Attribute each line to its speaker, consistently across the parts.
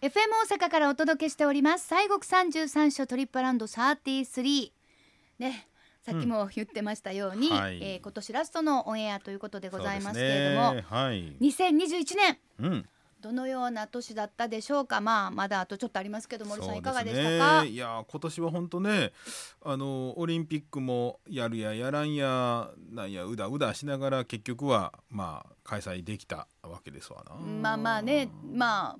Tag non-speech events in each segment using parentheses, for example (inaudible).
Speaker 1: FM 大阪からお届けしております西国三十三所トリップアラウンド33ねさっきも言ってましたように、
Speaker 2: うんはい
Speaker 1: えー今年ラストのオンエアということでございますけれど
Speaker 2: そ
Speaker 1: も、
Speaker 2: うですねはい。
Speaker 1: 2021年
Speaker 2: うん。
Speaker 1: どのような年だったでしょうかまあまだあとちょっとありますけど森さんいかがでした
Speaker 2: そう
Speaker 1: か
Speaker 2: すねいや今年は本当ねあのオリンピックもやるややらんやなんやうだうだしながら結局はまあ開催できたわけですわな。
Speaker 1: まあまあねまあ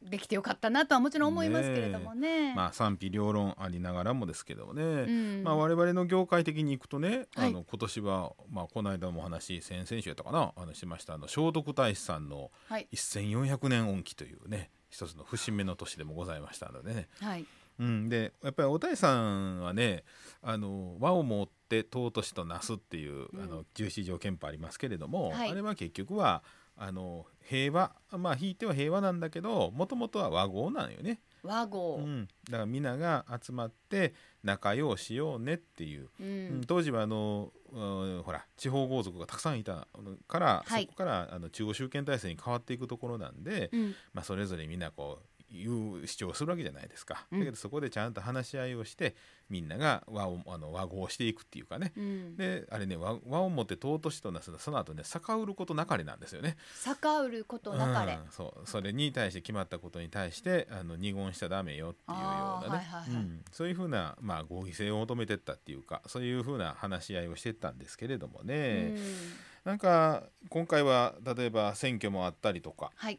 Speaker 1: できてよかったなとはもちろん思いますけれどもね
Speaker 2: まあ賛否両論ありながらもですけどもね、
Speaker 1: ん
Speaker 2: まあ、我々の業界的にいくとね、
Speaker 1: はい
Speaker 2: あの今年は、まあ、この間もお話し先々週やったかなあのしましたあの聖徳太子さんの
Speaker 1: はい
Speaker 2: 1400年恩期というね一つの節目の年でもございましたのでね、
Speaker 1: はい
Speaker 2: うん、でやっぱりお太さんはねあの和をもって尊しとなすっていう、
Speaker 1: うん
Speaker 2: あの十四条憲法ありますけれども、
Speaker 1: はい
Speaker 2: あれは結局はあの平和まあひいては平和なんだけどもともとは和合なのよね、
Speaker 1: 和
Speaker 2: う
Speaker 1: 合、
Speaker 2: ん、だからみんなが集まって仲良うしようねっていう、
Speaker 1: う
Speaker 2: うん
Speaker 1: ん
Speaker 2: 当時はあの、うんほら地方豪族がたくさんいたのから、
Speaker 1: はい
Speaker 2: そこからあの中央集権体制に変わっていくところなんで、
Speaker 1: うん
Speaker 2: まあ、それぞれみんなこう言う主張するわけじゃないですか、
Speaker 1: うん
Speaker 2: だけどそこでちゃんと話し合いをしてみんなが和をあの和合していくっていうかね、
Speaker 1: うん、
Speaker 2: であれね和和をもって尊しとなすのその後ね逆売ることなかれなんですよね。
Speaker 1: 逆うることなかれ、
Speaker 2: うんそうそれに対して決まったことに対してあの二言しちゃダメよっていうようなね、
Speaker 1: あーはいはいはい
Speaker 2: うんそういうふうな、まあ、合議性を求めてったっていうかそういうふうな話し合いをしてったんですけれどもね、
Speaker 1: うん
Speaker 2: なんか今回は例えば選挙もあったりとか、
Speaker 1: はい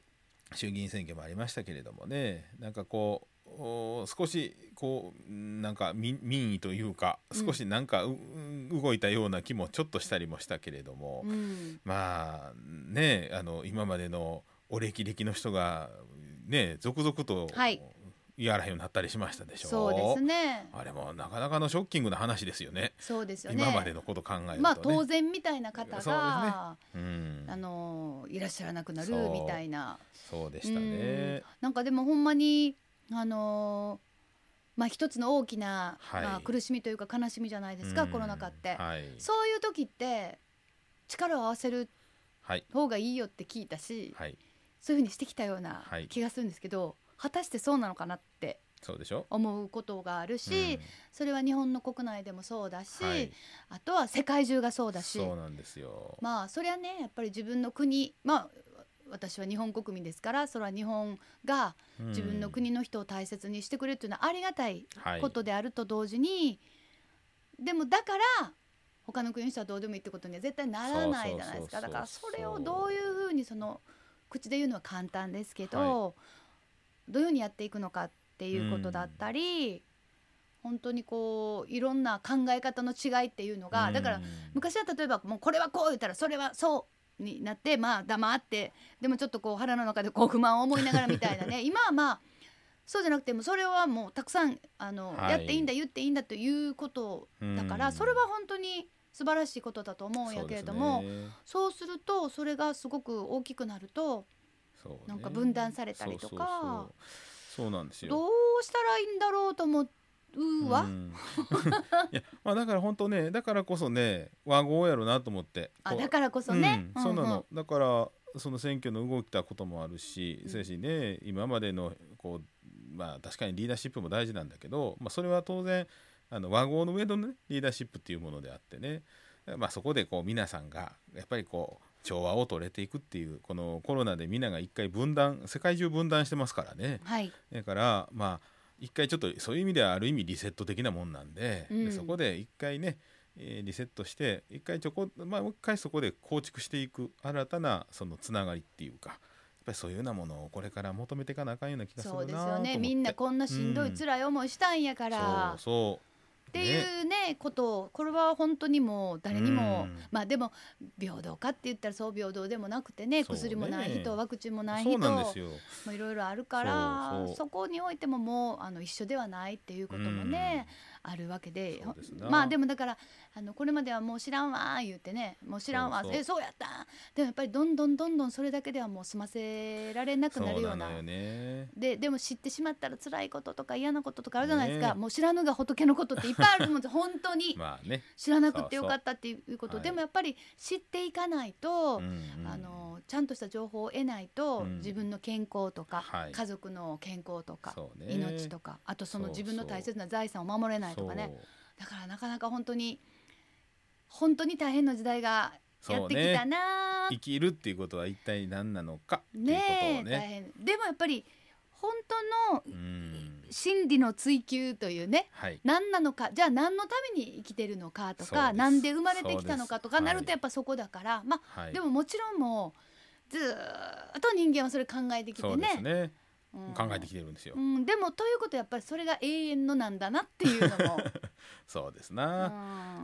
Speaker 2: 衆議院選挙もありましたけれどもねなんかこうお少しこうなんか民民意というか
Speaker 1: うん
Speaker 2: 少しなんかう、うん動いたような気もちょっとしたりもしたけれども、
Speaker 1: うん
Speaker 2: まあねあの今までのお歴々の人がね続々と
Speaker 1: はい
Speaker 2: やらへんようになったりしましたでしょ
Speaker 1: そうですね
Speaker 2: あれもなかなかのショッキングな話ですよね
Speaker 1: そうですよね
Speaker 2: 今までのこと考えるとね。
Speaker 1: まあ当然みたいな方
Speaker 2: そう
Speaker 1: が、
Speaker 2: うん、
Speaker 1: あのいらっしゃらなくなる
Speaker 2: そう
Speaker 1: みたいな
Speaker 2: そうでしたね
Speaker 1: うん。なんかでもほんまにあのまあ一つの大きな、
Speaker 2: はい
Speaker 1: まあ、苦しみというか悲しみじゃないですか、
Speaker 2: うん
Speaker 1: コロナ禍って、
Speaker 2: はい、
Speaker 1: そういう時って力を合わせる
Speaker 2: はい
Speaker 1: 方がいいよって聞いたし、
Speaker 2: はい、
Speaker 1: そういうふうにしてきたような
Speaker 2: はい
Speaker 1: 気がするんですけど、果たしてそうなのかなって
Speaker 2: そうでしょ。
Speaker 1: 思うことがあるし、
Speaker 2: うん
Speaker 1: それは日本の国内でもそうだし、
Speaker 2: はい
Speaker 1: あとは世界中がそうだし
Speaker 2: そうなんですよ。
Speaker 1: まあそれはねやっぱり自分の国まあ私は日本国民ですからそれは日本が
Speaker 2: うん
Speaker 1: 自分の国の人を大切にしてくれるというのはありがたい
Speaker 2: はい
Speaker 1: ことであると同時に、でもだから他の国の人はどうでもいいってことには絶対ならないじゃないですか
Speaker 2: そうそうそうそう
Speaker 1: だからそれをどういうふうにその口で言うのは簡単ですけど、どういうふうにやっていくのかっていうことだったり、本当にこういろんな考え方の違いっていうのが、だから
Speaker 2: うん、
Speaker 1: 昔は例えばもうこれはこう言ったらそれはそうになってまあ黙ってでもちょっとこう腹の中でこう不満を思いながらみたいな
Speaker 2: (laughs)
Speaker 1: ね今はまあそうじゃなくてもうそれはもうたくさんあの、
Speaker 2: はい
Speaker 1: やっていいんだ言っていいんだということだから、
Speaker 2: うん
Speaker 1: それは本当に素晴らしいことだと思うんやけれどもそう,、するとそれがすごく大きくなると
Speaker 2: そうですね、そうね
Speaker 1: なんか分断されたりとか
Speaker 2: そうそうそうそうなんですよ。
Speaker 1: どうしたらいいんだろうと思うわ、
Speaker 2: うん (laughs) いやまあだから本当ねだからこそね和合やろなと思って。
Speaker 1: あ
Speaker 2: こう
Speaker 1: だからこそね、
Speaker 2: うん、そう
Speaker 1: う
Speaker 2: な
Speaker 1: んう
Speaker 2: の
Speaker 1: ん、
Speaker 2: だからその選挙の動いたこともあるし、
Speaker 1: うん
Speaker 2: せやしね今までのこうまあ確かにリーダーシップも大事なんだけど、まあ、それは当然あの和合の上の、ね、リーダーシップっていうものであってね、まあ、そこでこう皆さんがやっぱりこう調和を取れていくっていうこのコロナで皆が一回分断世界中分断してますからね
Speaker 1: はい
Speaker 2: だからまあ一回ちょっとそういう意味ではある意味リセット的なもんなんで,で、
Speaker 1: うん
Speaker 2: そこで一回ね、えーリセットして一回ちょこ、まあ、もう一回そこで構築していく新たなそのつながりっていうかやっぱりそういうようなものをこれから求めていかなあかんような気がするな
Speaker 1: そ
Speaker 2: あ
Speaker 1: う
Speaker 2: と
Speaker 1: で
Speaker 2: 思
Speaker 1: す
Speaker 2: って
Speaker 1: よねみんなこんなしんどい
Speaker 2: うん
Speaker 1: 辛い思いしたんやから、
Speaker 2: そうそう
Speaker 1: っていうねことをこれは本当にもう誰にも、
Speaker 2: うん
Speaker 1: まあでも平等かって言ったらそう平等でもなくてね
Speaker 2: そうね
Speaker 1: 薬もない人ワクチンもない
Speaker 2: そ
Speaker 1: 人
Speaker 2: うなんですよ
Speaker 1: もういろいろあるから
Speaker 2: そう
Speaker 1: そ
Speaker 2: そう
Speaker 1: こにおいてももうあの一緒ではないっていうこともね、あるわけで
Speaker 2: そうですな
Speaker 1: まあでもだからあのこれまではもう知らんわー言ってねもう知らんわ
Speaker 2: そうそう
Speaker 1: えそうやったんでもやっぱりどんどんどんどんそれだけではもう済ませられなくな
Speaker 2: そ
Speaker 1: る
Speaker 2: う
Speaker 1: ような
Speaker 2: なのよね
Speaker 1: ででも知ってしまったら辛いこととか嫌なこととかあるじゃないですか、
Speaker 2: ね
Speaker 1: もう知らぬが仏のことっていっぱいあると思うんです
Speaker 2: (laughs)
Speaker 1: 本当に
Speaker 2: まあね、
Speaker 1: 知らなくてよかったっていうこと
Speaker 2: そうそう
Speaker 1: でもやっぱり知っていかないと、
Speaker 2: うんうん
Speaker 1: あのちゃんとした情報を得ないと、
Speaker 2: うん
Speaker 1: 自分の健康とか、
Speaker 2: はい
Speaker 1: 家族の健康とか、
Speaker 2: そうね
Speaker 1: 命とかあとその
Speaker 2: そう
Speaker 1: 自分の大切な財産を守れないとかねだからなかなか本当に本当に大変な時代が
Speaker 2: そう
Speaker 1: やってきたなー
Speaker 2: 生きるっていうことは一体何なのかっていうこと
Speaker 1: ね
Speaker 2: をね
Speaker 1: え大変でもやっぱり本当の
Speaker 2: うん
Speaker 1: 真理の追求というね
Speaker 2: はい
Speaker 1: 何なのかじゃあ何のために生きてるのかと
Speaker 2: そうで
Speaker 1: か
Speaker 2: す
Speaker 1: 何で生まれてきたのかとか
Speaker 2: そうです
Speaker 1: なるとやっぱそこだから、まあ、
Speaker 2: はい
Speaker 1: でももちろんもうずーっと人間はそれ考えてきて
Speaker 2: そうで
Speaker 1: ね
Speaker 2: すね
Speaker 1: うん
Speaker 2: 考えてきてるんですよ、
Speaker 1: うん、でもということはやっぱりそれが永遠のなんだなっていうの
Speaker 2: (laughs)
Speaker 1: も、
Speaker 2: そうです
Speaker 1: う
Speaker 2: な、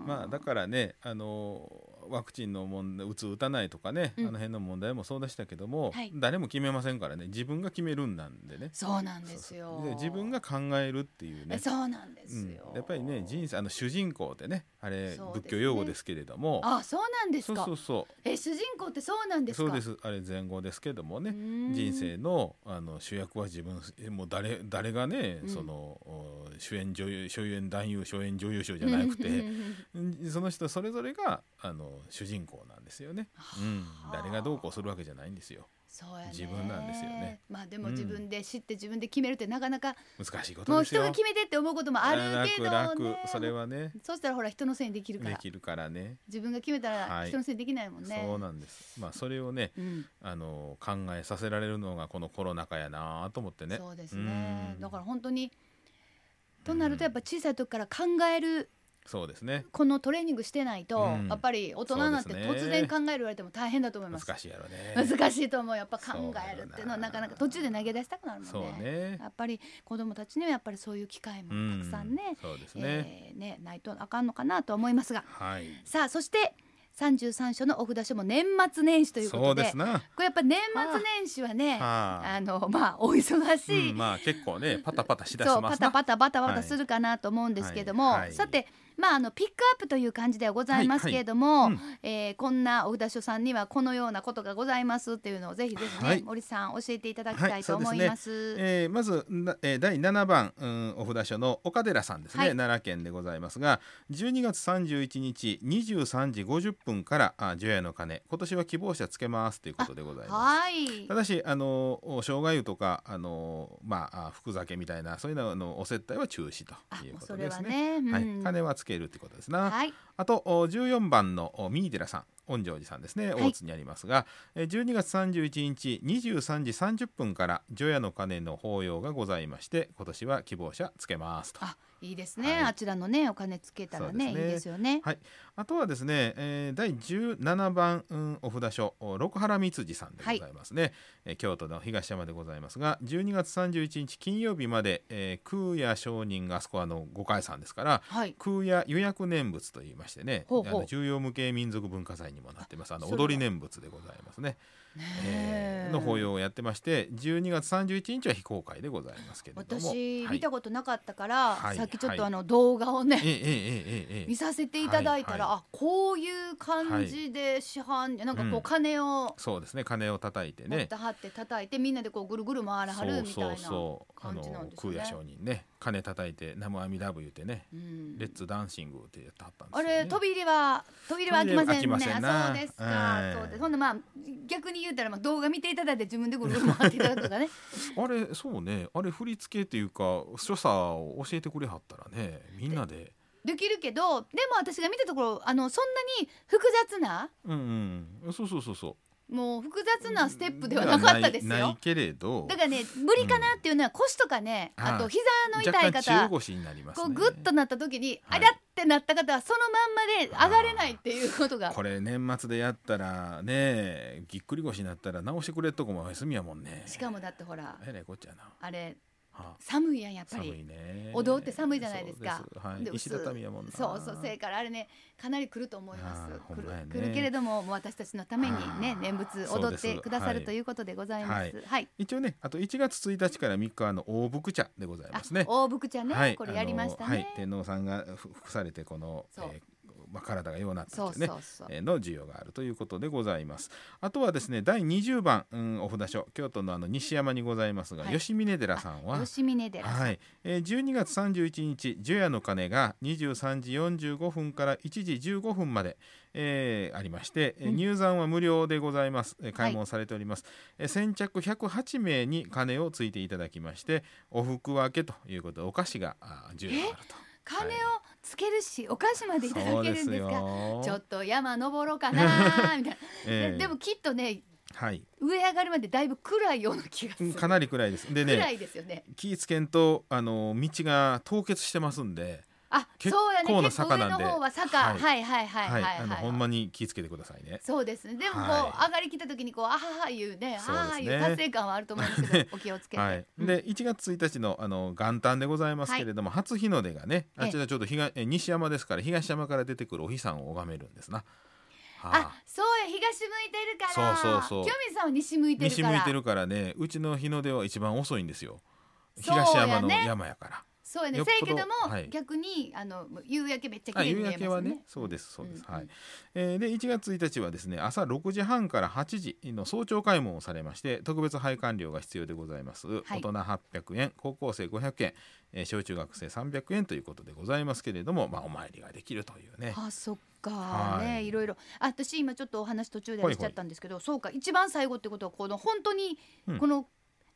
Speaker 1: ん
Speaker 2: まあだからねあのワクチンの問題打つ打たないとかね、
Speaker 1: うん
Speaker 2: あの辺の問題もそうでしたけども、
Speaker 1: はい
Speaker 2: 誰も決めませんからね自分が決めるんなんでね
Speaker 1: そうなんです
Speaker 2: そ
Speaker 1: よ
Speaker 2: うそうで自分が考えるっていうね
Speaker 1: えそうなんですよ、
Speaker 2: うん、やっぱりね人生あの主人公ってねあ
Speaker 1: そうで
Speaker 2: れ
Speaker 1: すね
Speaker 2: 仏教用語ですけれども
Speaker 1: あそうなんです
Speaker 2: そう
Speaker 1: か
Speaker 2: そうそ
Speaker 1: え主人公ってそうなん
Speaker 2: う
Speaker 1: です
Speaker 2: そ
Speaker 1: か
Speaker 2: うですあれ前後ですけどもね
Speaker 1: うん
Speaker 2: 人生のあの主役は自分えもう誰誰がね、
Speaker 1: うん
Speaker 2: そのお主演女優主演男優主演女優賞じゃなくてうんその人それぞれがあの主人公なんですよね、うん、誰がどうこうするわけじゃないんですよ
Speaker 1: (laughs) そうやね
Speaker 2: 自分なんですよね
Speaker 1: まあでも
Speaker 2: うん
Speaker 1: 自分で知って自分で決めるってなかなか、
Speaker 2: 難しいこと
Speaker 1: もう
Speaker 2: です
Speaker 1: 人
Speaker 2: よ
Speaker 1: が決めてって思うこともあるけどね
Speaker 2: 楽楽それはね
Speaker 1: そうしたらほら人のせいにできるか
Speaker 2: で
Speaker 1: ら
Speaker 2: きるからね
Speaker 1: 自分が決めた
Speaker 2: は
Speaker 1: ら
Speaker 2: い
Speaker 1: 人のせいにできないもんね、
Speaker 2: そうなんですまあそれをね
Speaker 1: うん
Speaker 2: あの考えさせられるのがこのコロナ禍やなと思ってね。
Speaker 1: そうですね
Speaker 2: うん
Speaker 1: だから本当にとなるとやっぱ小さい時から考える
Speaker 2: そうですね。
Speaker 1: このトレーニングしてないと、
Speaker 2: うん
Speaker 1: やっぱり大人になって
Speaker 2: そうです
Speaker 1: 突然
Speaker 2: ね
Speaker 1: 考える言われても大変だと思います
Speaker 2: 難しいやろね。
Speaker 1: 難しいと思うやっぱ考
Speaker 2: そうだ
Speaker 1: え
Speaker 2: よ
Speaker 1: る
Speaker 2: な
Speaker 1: っていうのはなかなか途中で投げ出したくなるもんね
Speaker 2: そうね。
Speaker 1: やっぱり子どもたちにはやっぱりそういう機会
Speaker 2: う
Speaker 1: もたくさんね,、
Speaker 2: そうですね。
Speaker 1: えーねないとあかんのかなとは思いますが
Speaker 2: はい。
Speaker 1: さあそして33所のお札所も年末年始というこ
Speaker 2: そ
Speaker 1: と
Speaker 2: う
Speaker 1: で
Speaker 2: ですな。
Speaker 1: これやっぱ年末年始はねあ
Speaker 2: はあ。
Speaker 1: のまあお忙
Speaker 2: う
Speaker 1: しい、
Speaker 2: ん、まあ結構ねパタパタしだ
Speaker 1: そ
Speaker 2: し
Speaker 1: う
Speaker 2: ま
Speaker 1: パ
Speaker 2: すな。
Speaker 1: タパタバタバ
Speaker 2: は
Speaker 1: タ
Speaker 2: い
Speaker 1: するかなと思うんですけども、
Speaker 2: はいはい
Speaker 1: さてまああのピックアップという感じではございますけれども、
Speaker 2: はいはいうん
Speaker 1: えーこんなお札所さんにはこのようなことがございますっていうのをぜひぜひね、
Speaker 2: はい
Speaker 1: 森さん教えていただきた
Speaker 2: はいい
Speaker 1: と
Speaker 2: そうで
Speaker 1: 思
Speaker 2: すね
Speaker 1: います。
Speaker 2: えーまず、なえー第7番、うん、お札所の岡寺さんです
Speaker 1: は
Speaker 2: ね、
Speaker 1: い
Speaker 2: 奈良県でございますが12月31日23時50分からあ除夜の鐘今年は希望者つけますということでございます。
Speaker 1: はい
Speaker 2: ただし、あのお生姜湯とか、あのまああ、福酒みたいな、そういうののお接待は中止と
Speaker 1: あ
Speaker 2: いう
Speaker 1: もう
Speaker 2: こ
Speaker 1: そ
Speaker 2: と
Speaker 1: れ
Speaker 2: で
Speaker 1: は
Speaker 2: すね。
Speaker 1: ね、うん
Speaker 2: はい、金はつけるってことですな。
Speaker 1: はい
Speaker 2: あとお14番のおミニ寺さん、御城寺さんですね、
Speaker 1: はい
Speaker 2: 大津にありますが、えー12月31日23時30分から除夜の鐘の法要がございまして、今年は希望者つけますと。
Speaker 1: あいいですね、
Speaker 2: はい
Speaker 1: あちらのねお金つけたらね
Speaker 2: そうですね
Speaker 1: いいですよね。
Speaker 2: はい、あとはですね、えー第17番、うん、お札所お六原光次さんでございますね、えー京都の東山でございますが12月31日金曜日まで、えー、空也上人があそこはあの五会さんですから
Speaker 1: はい。
Speaker 2: 空也予約念仏といいましてね
Speaker 1: ほうほう
Speaker 2: あの重要無形民族文化財にもなってますあの
Speaker 1: それは
Speaker 2: 踊り念仏でございますね、え
Speaker 1: ねえ
Speaker 2: ーの法要をやってまして12月31日は非公開でございますけれども
Speaker 1: 私、
Speaker 2: はい
Speaker 1: 見たことなかったから、
Speaker 2: はい
Speaker 1: さっきちょっと
Speaker 2: は
Speaker 1: あ
Speaker 2: い
Speaker 1: の動画をね、
Speaker 2: ええええええええ
Speaker 1: 見させていただいたら、
Speaker 2: はいは
Speaker 1: あこういう感じで市販、なんかこ
Speaker 2: う
Speaker 1: うん金を
Speaker 2: そうですね鐘を叩いて
Speaker 1: 持っ
Speaker 2: ね
Speaker 1: てはって叩いて、みんなでこうぐるぐる回らはるみたいな。
Speaker 2: あ
Speaker 1: 感じなん
Speaker 2: の
Speaker 1: ですね
Speaker 2: 空也上人ね鐘叩いて「ナムアミラブ」言うてね
Speaker 1: う
Speaker 2: 「
Speaker 1: ん
Speaker 2: レッツダンシング」ってやってはったんです
Speaker 1: あ
Speaker 2: よ、ね、
Speaker 1: れ飛び入れは飛び入れは開きませんね。
Speaker 2: 飛び入れは開
Speaker 1: あそう
Speaker 2: きませんな
Speaker 1: ですか。
Speaker 2: ええ
Speaker 1: そうです。ほんでまあ逆に言うたらまあ動画見ていただいて自分でぐるぐる回っていただくと
Speaker 2: (laughs)
Speaker 1: かね。
Speaker 2: あれそうねあれ振り付けっていうか所作を教えてくれはったらねみんなで
Speaker 1: できるけど、でも私が見たところあのそんなに複雑な
Speaker 2: うんうんそうそうそうそ
Speaker 1: もう複雑
Speaker 2: う
Speaker 1: なステップではなかったです
Speaker 2: ないな
Speaker 1: よ
Speaker 2: い。けれど
Speaker 1: だからね無理かなっていうのは腰とかね、
Speaker 2: うん
Speaker 1: あと膝の
Speaker 2: 若
Speaker 1: 痛い
Speaker 2: 干
Speaker 1: 方
Speaker 2: 中。腰になりますね
Speaker 1: こうグッとなった時に、
Speaker 2: は
Speaker 1: あ
Speaker 2: い
Speaker 1: らってなった方はそのまんまで上がれないっていうことが
Speaker 2: これ年末でやったらねぎっくり腰になったら直してくれっとこもお休みやもんね
Speaker 1: しかもだってほら
Speaker 2: えらいこっちゃな
Speaker 1: あれ
Speaker 2: はあ
Speaker 1: 寒いやんやっぱ
Speaker 2: 寒
Speaker 1: り
Speaker 2: いね
Speaker 1: お堂って寒いじゃないですか
Speaker 2: そうですはい
Speaker 1: で
Speaker 2: 石畳やもんな
Speaker 1: そうそうせやからあれねかなり来ると思いま
Speaker 2: あー
Speaker 1: す
Speaker 2: ほん
Speaker 1: 来る,、
Speaker 2: まやね
Speaker 1: 来るけれどももう私たちのためにね
Speaker 2: あー
Speaker 1: 念仏
Speaker 2: そう
Speaker 1: 踊
Speaker 2: で
Speaker 1: っ
Speaker 2: す
Speaker 1: てくださる、
Speaker 2: はい
Speaker 1: ということでございますはい、
Speaker 2: 一応ねあと1月1日から3日はあの大福茶でござい
Speaker 1: あ
Speaker 2: ますね
Speaker 1: 大福ちゃんね、
Speaker 2: はい、
Speaker 1: これやりました
Speaker 2: あのはい
Speaker 1: ね、、
Speaker 2: 天皇さんがふ服されてこの、え
Speaker 1: そう
Speaker 2: ーまあ、体がようなった
Speaker 1: そ
Speaker 2: ん
Speaker 1: う
Speaker 2: です
Speaker 1: そう
Speaker 2: ね
Speaker 1: そう、
Speaker 2: えーの需要があるということでございます。あとはですね第20番、うん、お札所京都のあの西山にございますが、
Speaker 1: はい
Speaker 2: 吉峰寺さんは
Speaker 1: 吉峰寺さん、
Speaker 2: はい、えー、12月31日除夜の鐘が23時45分から1時15分まで、えーありまして、えー
Speaker 1: うん
Speaker 2: 入山は無料でございます、えー
Speaker 1: はい
Speaker 2: 開門されております、えー先着108名に鐘をついていただきましてお服分けということでお菓子があー10円あると
Speaker 1: 金をつけるしお菓子までいただけるんですか
Speaker 2: よ
Speaker 1: ちょっと山登ろうかな
Speaker 2: (laughs)
Speaker 1: ーみたいな、
Speaker 2: えー
Speaker 1: でもきっとね
Speaker 2: はい
Speaker 1: 上上がるまでだいぶ暗いような気がす
Speaker 2: うん
Speaker 1: る
Speaker 2: かなり暗いですで
Speaker 1: 暗
Speaker 2: ね
Speaker 1: いですよね
Speaker 2: 気ぃつけんとあの道が凍結してますんで
Speaker 1: あ
Speaker 2: 結
Speaker 1: そうやね
Speaker 2: 構な
Speaker 1: 結構
Speaker 2: 坂
Speaker 1: 上
Speaker 2: なん
Speaker 1: の
Speaker 2: で
Speaker 1: 方は坂、
Speaker 2: は
Speaker 1: はいい、はいはいはいはい
Speaker 2: あのほんまに気ぃつけてくださいね
Speaker 1: そうですねでもこう、
Speaker 2: はい
Speaker 1: 上がりきった時にこうあははいうね
Speaker 2: そ
Speaker 1: あ
Speaker 2: うですね
Speaker 1: ははいう達成感はあると思うんですけ
Speaker 2: (laughs)
Speaker 1: どお気をつけて、
Speaker 2: はい、
Speaker 1: うん
Speaker 2: で1月1日のあの元旦でございますけれども、初日の出がねあちらちょうど東え西山ですから東山から出てくるお日さんを拝めるんですな。は
Speaker 1: あそうや東向いてるから
Speaker 2: そうそうそう
Speaker 1: 清水さんは西向いてる
Speaker 2: 西
Speaker 1: から
Speaker 2: 向いてるからねうちの日の出は一番遅いんですよ
Speaker 1: そうやね
Speaker 2: 東山の山やから。
Speaker 1: そうやね
Speaker 2: よっ
Speaker 1: せや
Speaker 2: ぽ
Speaker 1: け
Speaker 2: ど
Speaker 1: ども、
Speaker 2: はい
Speaker 1: 逆にあの夕焼けめっちゃ
Speaker 2: あ
Speaker 1: 綺麗に
Speaker 2: 夕
Speaker 1: 見えま
Speaker 2: 焼
Speaker 1: す
Speaker 2: け
Speaker 1: よ
Speaker 2: は
Speaker 1: ね
Speaker 2: ねそうですそうです、
Speaker 1: うん
Speaker 2: はい、えーで1月1日はですね朝6時半から8時の早朝開門をされまして特別拝観料が必要でございます、
Speaker 1: はい
Speaker 2: 大人800円高校生500円、えー小中学生300円ということでございますけれども、まあ、お参りができるというね
Speaker 1: あそっか
Speaker 2: はい
Speaker 1: ねいろいろあ私今ちょっとお話途中でしちゃったんですけどそうか一番最後ってことはこの本当に
Speaker 2: うん
Speaker 1: この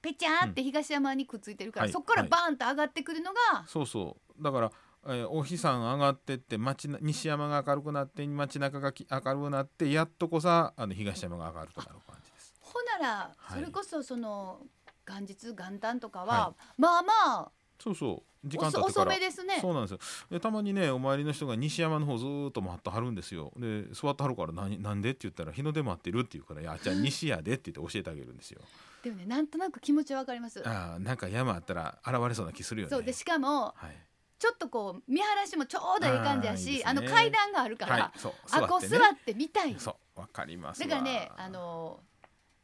Speaker 1: ぺちゃーって東山にくっついてるから、
Speaker 2: はい
Speaker 1: そこからバーンと上がってくるのが、
Speaker 2: そうそうだから、えーお日さん上がってって町な西山が明るくなって街中がき明るくなってやっとこさあの東山が明るくなる感じです。
Speaker 1: ほなら
Speaker 2: はい
Speaker 1: それこそその元日元旦とかは、
Speaker 2: は
Speaker 1: まあまあ
Speaker 2: そうそう時間経
Speaker 1: 遅
Speaker 2: ってか
Speaker 1: 遅
Speaker 2: ら
Speaker 1: めですね
Speaker 2: そうなんですよでたまにねお参りの人が西山の方ずーっと待ってはるんですよで座ってはるから何なんでって言ったら日の出待ってるって言うから「いやじゃあ西やで」って言って教えてあげる
Speaker 1: (laughs)
Speaker 2: んですよ
Speaker 1: でもねなんとなく気持ちはわかります、
Speaker 2: あーなんか山あったら現れそうな気するよね
Speaker 1: そうでしかも
Speaker 2: はい、
Speaker 1: ちょっとこう見晴らしもちょうどいい感じやし
Speaker 2: あーいいですね
Speaker 1: あの階段があるから、
Speaker 2: はい、そう
Speaker 1: あこう座ってみたい
Speaker 2: そうわかります
Speaker 1: だ
Speaker 2: わ
Speaker 1: からねあの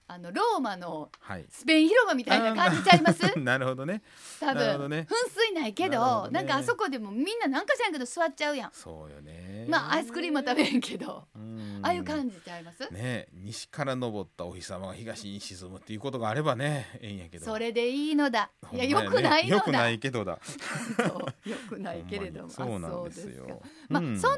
Speaker 1: あのローマの
Speaker 2: はい
Speaker 1: スペイン広場みたいな感じちゃいます
Speaker 2: (laughs) なるほどね
Speaker 1: 多
Speaker 2: なるほど
Speaker 1: 分、
Speaker 2: ね
Speaker 1: 噴水ないけど
Speaker 2: なるほ
Speaker 1: な
Speaker 2: どね
Speaker 1: んかあそこでもみんななんか知らんけど座っちゃうやん、
Speaker 2: そうよね
Speaker 1: まあアイスクリームは食べへんけど、
Speaker 2: うん
Speaker 1: ああいう感じちゃいます、
Speaker 2: ね西から昇ったお日様が東に沈むっていうことがあればねええんやけど
Speaker 1: それでいいのだ
Speaker 2: ほ
Speaker 1: い
Speaker 2: ん
Speaker 1: や
Speaker 2: ま
Speaker 1: よくない
Speaker 2: ね、
Speaker 1: の
Speaker 2: よ
Speaker 1: だ
Speaker 2: くないけどだ
Speaker 1: そうよくないけれども
Speaker 2: ほんまにそうなんです
Speaker 1: あそう
Speaker 2: よ
Speaker 1: か。まあ
Speaker 2: う
Speaker 1: そんな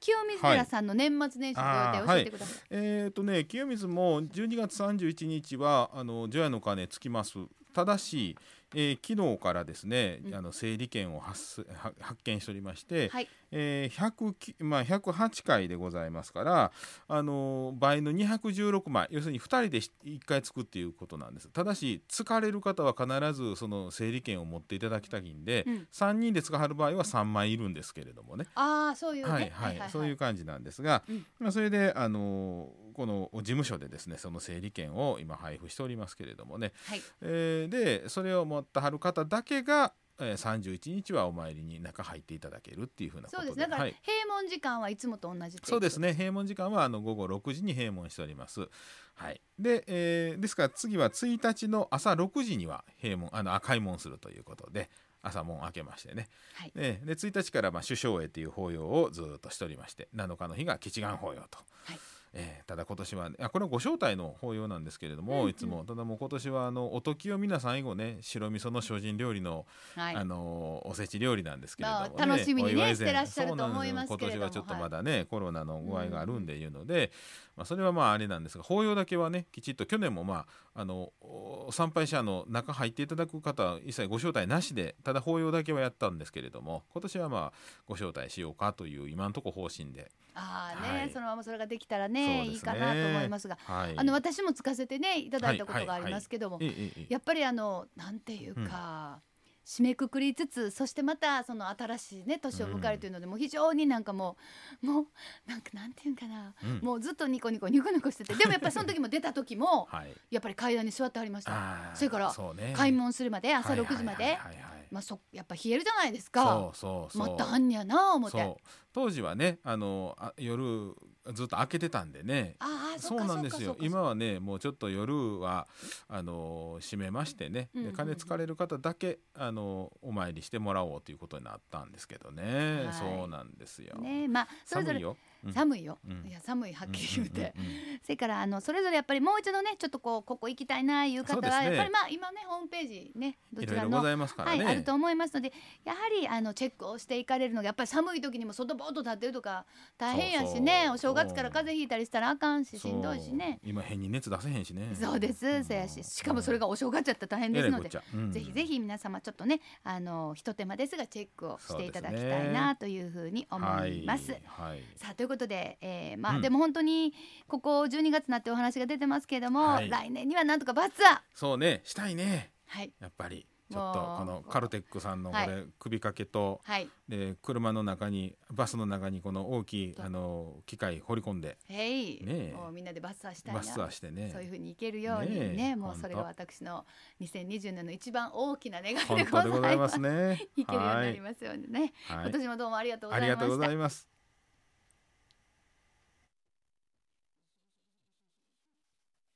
Speaker 1: 清水寺さんの年末年始の予定を教えてください、
Speaker 2: えっ、とね清水も12月31日はあの除夜の鐘つきます。ただし、えー昨日からですね、
Speaker 1: うん
Speaker 2: あの整理券を発すは発見しておりまして、
Speaker 1: はい
Speaker 2: えー100きまあ108回でございますから、あのー倍の216枚要するに2人で1回つくっていうことなんですただし疲れる方は必ずその整理券を持っていただきたいんで、
Speaker 1: うん
Speaker 2: 3人でつかはる場合は3枚いるんですけれどもね
Speaker 1: ああそういうね、
Speaker 2: はいはい、そういう感じなんですが、
Speaker 1: うん
Speaker 2: まあ、それで、あのーこの事務所でですねその整理券を今配布しておりますけれどもね、
Speaker 1: はい
Speaker 2: えーでそれを持ってはる方だけが、えー、31日はお参りに中入っていただけるっていうふうなこ
Speaker 1: そ
Speaker 2: と
Speaker 1: う
Speaker 2: で
Speaker 1: ですだから
Speaker 2: は
Speaker 1: 閉
Speaker 2: い、
Speaker 1: 門時間はいつもと同じとい
Speaker 2: そうですね閉門時間はあの午後6時に閉門しております。はい、で、えーですから次は1日の朝6時には閉門あの赤い門するということで朝門開けましてね
Speaker 1: はい
Speaker 2: ね、で1日からまあ首相へという法要をずっとしておりまして7日の日が吉願法要と、
Speaker 1: はい
Speaker 2: えーただ今年はね、あこれはご招待の法要なんですけれども、
Speaker 1: うんうん
Speaker 2: いつもただもう今年はあのお時を皆さん以後ね白味噌の精進料理の、
Speaker 1: はい
Speaker 2: あのおせち料理なんですけれども、ね
Speaker 1: まあ楽しみにね
Speaker 2: お祝い膳
Speaker 1: してらっしゃると思います
Speaker 2: そう
Speaker 1: け
Speaker 2: なんで
Speaker 1: れ
Speaker 2: よ
Speaker 1: ども
Speaker 2: 今年はちょっとまだね、コロナの具合があるんでいうので、まあ、それはまああれなんですが法要だけはねきちっと去年もまああのお参拝者の中入っていただく方は一切ご招待なしでただ法要だけはやったんですけれども今年はまあご招待しようかという今のところ方針で、
Speaker 1: ああね、
Speaker 2: はい
Speaker 1: そのままそれができたら
Speaker 2: そう
Speaker 1: ね
Speaker 2: ですね
Speaker 1: いいかなと思いますが、
Speaker 2: はい、
Speaker 1: あの私もつかせてねいただいたこと
Speaker 2: はい
Speaker 1: が
Speaker 2: は
Speaker 1: あ
Speaker 2: い
Speaker 1: りますけども、
Speaker 2: ええええええ
Speaker 1: やっぱりあのなんていうか、締めくくりつつそしてまたその新しいね年を迎えるというので、もう非常になんかもうもうなんかなんていうんかな、
Speaker 2: うん
Speaker 1: もうずっとニコニコニコニコしててで
Speaker 2: (laughs)
Speaker 1: もやっぱりその時も出た時も
Speaker 2: はい、
Speaker 1: やっぱり階段に座ってはりました
Speaker 2: あー
Speaker 1: それから
Speaker 2: そうね
Speaker 1: 開門するまで朝6時ま
Speaker 2: はい
Speaker 1: で
Speaker 2: はいはいはい
Speaker 1: まあそやっぱ冷えるじゃないです
Speaker 2: そ
Speaker 1: か
Speaker 2: うそうそう
Speaker 1: またあんねやな思って
Speaker 2: そう当時はねあのあ夜ずっと開けてたんでね
Speaker 1: ああそ
Speaker 2: そ
Speaker 1: っ
Speaker 2: う
Speaker 1: か
Speaker 2: な
Speaker 1: そ
Speaker 2: ん
Speaker 1: っ
Speaker 2: で
Speaker 1: か
Speaker 2: す
Speaker 1: そ
Speaker 2: よ
Speaker 1: っか
Speaker 2: 今はねもうちょっと夜はあの閉めましてね、
Speaker 1: うんうんう
Speaker 2: で
Speaker 1: ん
Speaker 2: 金疲れる方だけあのお参りしてもらおうということになったんですけどね、
Speaker 1: はい
Speaker 2: そうなんですよ。
Speaker 1: ねまあそれぞ
Speaker 2: 寒
Speaker 1: れ
Speaker 2: いよ。うん
Speaker 1: 寒いよ、
Speaker 2: うん
Speaker 1: いや寒いはっきり言うて、
Speaker 2: うんうんうん
Speaker 1: それからあのそれぞれやっぱりもう一度ねちょっとこうここ行きたいないう方
Speaker 2: そうで
Speaker 1: は
Speaker 2: すね
Speaker 1: やっぱりまあ今ねホームページね
Speaker 2: うん
Speaker 1: ど
Speaker 2: い
Speaker 1: ち
Speaker 2: ろい
Speaker 1: ら
Speaker 2: ろ
Speaker 1: の
Speaker 2: ございますから
Speaker 1: は
Speaker 2: ね。
Speaker 1: い、あると思いますのでやはりあのチェックをしていかれるのがやっぱり寒い時にも外ボーッと立ってるとか大変やしね
Speaker 2: そうそう
Speaker 1: お正月から風邪ひいたりしたらあかんししんどいしね
Speaker 2: そう。今変に熱出せへんしね。
Speaker 1: そうです、せやししかもそれがお正月やったら大変
Speaker 2: うん
Speaker 1: です
Speaker 2: えらい
Speaker 1: の
Speaker 2: こっ
Speaker 1: で
Speaker 2: ち。ゃ。うん
Speaker 1: ぜひぜひ皆様ちょっとねあのひと手間ですがチェックをしていただき
Speaker 2: そう
Speaker 1: た
Speaker 2: で
Speaker 1: い
Speaker 2: す
Speaker 1: な
Speaker 2: ね
Speaker 1: というふうに思います。
Speaker 2: はいはい
Speaker 1: さあということで、えーまあ、
Speaker 2: うん
Speaker 1: でも本当にここ12月になってお話が出てますけれども、
Speaker 2: はい
Speaker 1: 来年にはなんとかバツは、
Speaker 2: そうねしたいね
Speaker 1: はい
Speaker 2: やっぱりちょっと
Speaker 1: もう
Speaker 2: このカルテックさんのこ
Speaker 1: はい
Speaker 2: れ首掛けと。
Speaker 1: はい、
Speaker 2: で車の中にバスの中にこの大きい
Speaker 1: そう
Speaker 2: あの機械掘り込んで
Speaker 1: へい、
Speaker 2: ねえ
Speaker 1: もうみんなでバツはしたいな
Speaker 2: バスツアーしてね
Speaker 1: そういうふうにいけるようにね
Speaker 2: ねえ
Speaker 1: もうそれが
Speaker 2: ほん
Speaker 1: 私の2020年の一番大きな願いで
Speaker 2: 本
Speaker 1: ござ
Speaker 2: 当
Speaker 1: います (laughs)
Speaker 2: でございますね
Speaker 1: いけるようになり
Speaker 2: は
Speaker 1: ますようにね、
Speaker 2: いはい
Speaker 1: 今年もどうもありがとうご
Speaker 2: あ
Speaker 1: ざ
Speaker 2: り
Speaker 1: い
Speaker 2: が
Speaker 1: ま
Speaker 2: とう
Speaker 1: し
Speaker 2: ご
Speaker 1: た
Speaker 2: ざいます